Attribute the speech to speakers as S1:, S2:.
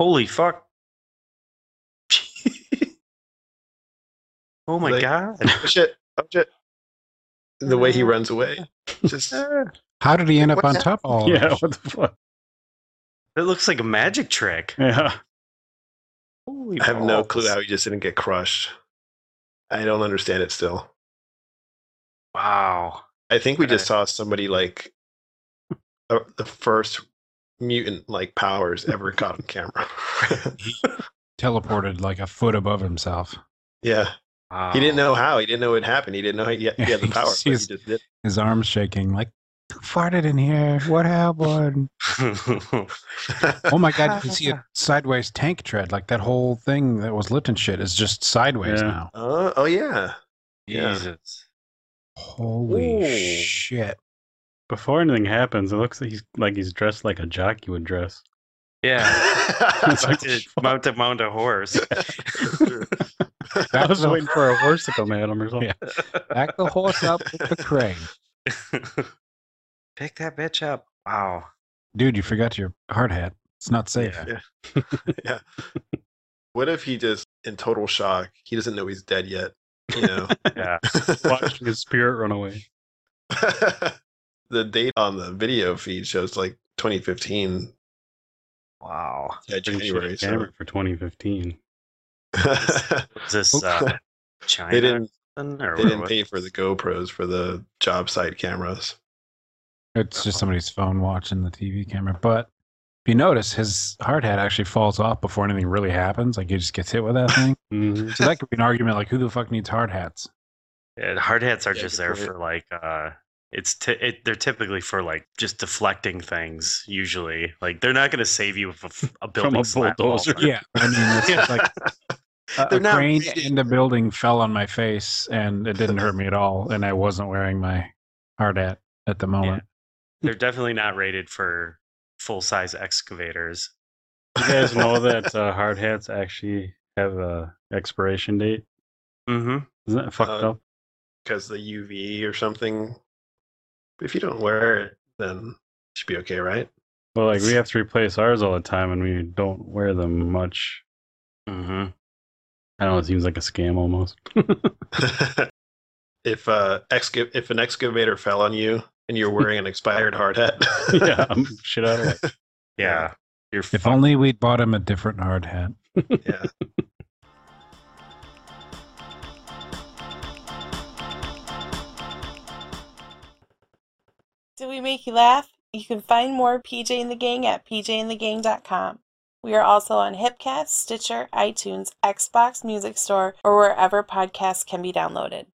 S1: Holy fuck. oh my
S2: Like-
S1: god.
S2: Oh shit! Oh shit! The way he runs away, just
S3: How did he end up
S2: What's
S3: on
S2: that?
S3: top of all of
S4: yeah,
S3: us?
S4: what the fuck?
S1: It looks like a magic trick.
S4: Yeah.
S1: Holy
S2: I have no
S1: balls.
S2: clue how he just didn't get crushed. I don't understand it still.
S1: Wow.
S2: I think we just saw somebody like uh, the first mutant like powers ever caught on camera.
S3: Teleported like a foot above himself.
S2: yeah,
S1: wow.
S2: he didn't know how. He didn't know it happened. He didn't know he had, he had the power. but he
S3: He's-
S2: just did.
S3: His arms shaking, like, who farted in here? What happened? oh my god, you can see a sideways tank tread. Like that whole thing that was lifting shit is just sideways
S4: Yeah.
S3: now.
S2: oh, oh yeah. Yeah.
S1: Jesus.
S3: Holy
S1: Ooh.
S3: shit.
S4: Before anything happens, it looks like he's like he's dressed like a jockey would dress.
S1: Yeah. About
S4: That's like-
S1: to mount to mount a horse.
S4: I was
S3: the-
S4: waiting for a horse to come at him or something.
S3: Back the horse up with the crane.
S1: Pick that bitch up. Wow.
S3: Dude, you forgot your hard hat. It's not safe.
S1: Yeah.
S2: yeah. What if he just in total shock? He doesn't know he's dead yet. You know.
S1: Yeah.
S4: Watching his spirit run away.
S2: the date on the video feed shows like 2015.
S1: Wow.
S2: Yeah,
S4: Pretty sure
S2: January.
S4: he
S2: So.
S4: hammered for 2015.
S1: Is this uh, China?
S2: they didn't.
S1: or
S2: They
S1: what-
S2: didn't pay for the GoPros for the job site cameras.
S3: It's just somebody's phone watching the TV camera. But if you notice, his hard hat actually falls off before anything really happens. Like he just gets hit with that thing.
S4: Mhm.
S3: so that could be an argument like, who the fuck needs hard hats?
S1: Yeah, hard hats are
S2: Yeah,
S1: just
S2: good
S1: there
S2: point.
S1: for like uh it's t- it, they're typically for like just deflecting things usually. Like they're not going to save you if a, f- a building slap falls
S4: bulldozer.
S1: on you.
S3: Yeah. I mean, it's just like a,
S2: They're
S3: a
S2: not
S3: crane
S2: reading.
S3: in the building fell on my face and it didn't hurt me at all. And I wasn't wearing my hard hat at the moment.
S1: They're definitely not rated for full-size excavators.
S4: You guys know that uh, hard hats actually have a expiration date.
S1: Mhm.
S4: Isn't that fucked
S2: Uh,
S4: up?
S2: because the UV or something. If you don't wear it, then it should be okay, right?
S4: Well, like we have to replace ours all the time, and we don't wear them much. Mm-hmm.
S1: Mhm.
S4: I don't know. It seems like a scam almost.
S2: if uh, exca- if an excavator fell on you and you're wearing an expired hard hat,
S4: yeah, I'm shit out of it.
S1: Yeah.
S2: Yeah.
S1: You're
S3: If
S1: fucked.
S3: only we'd bought him a different hard hat.
S2: yeah.
S5: Did we make you laugh? You can find more PJ and the Gang at pjandthegang.com. We are also on Hipcast, Stitcher, iTunes, Xbox Music Store, or wherever podcasts can be downloaded.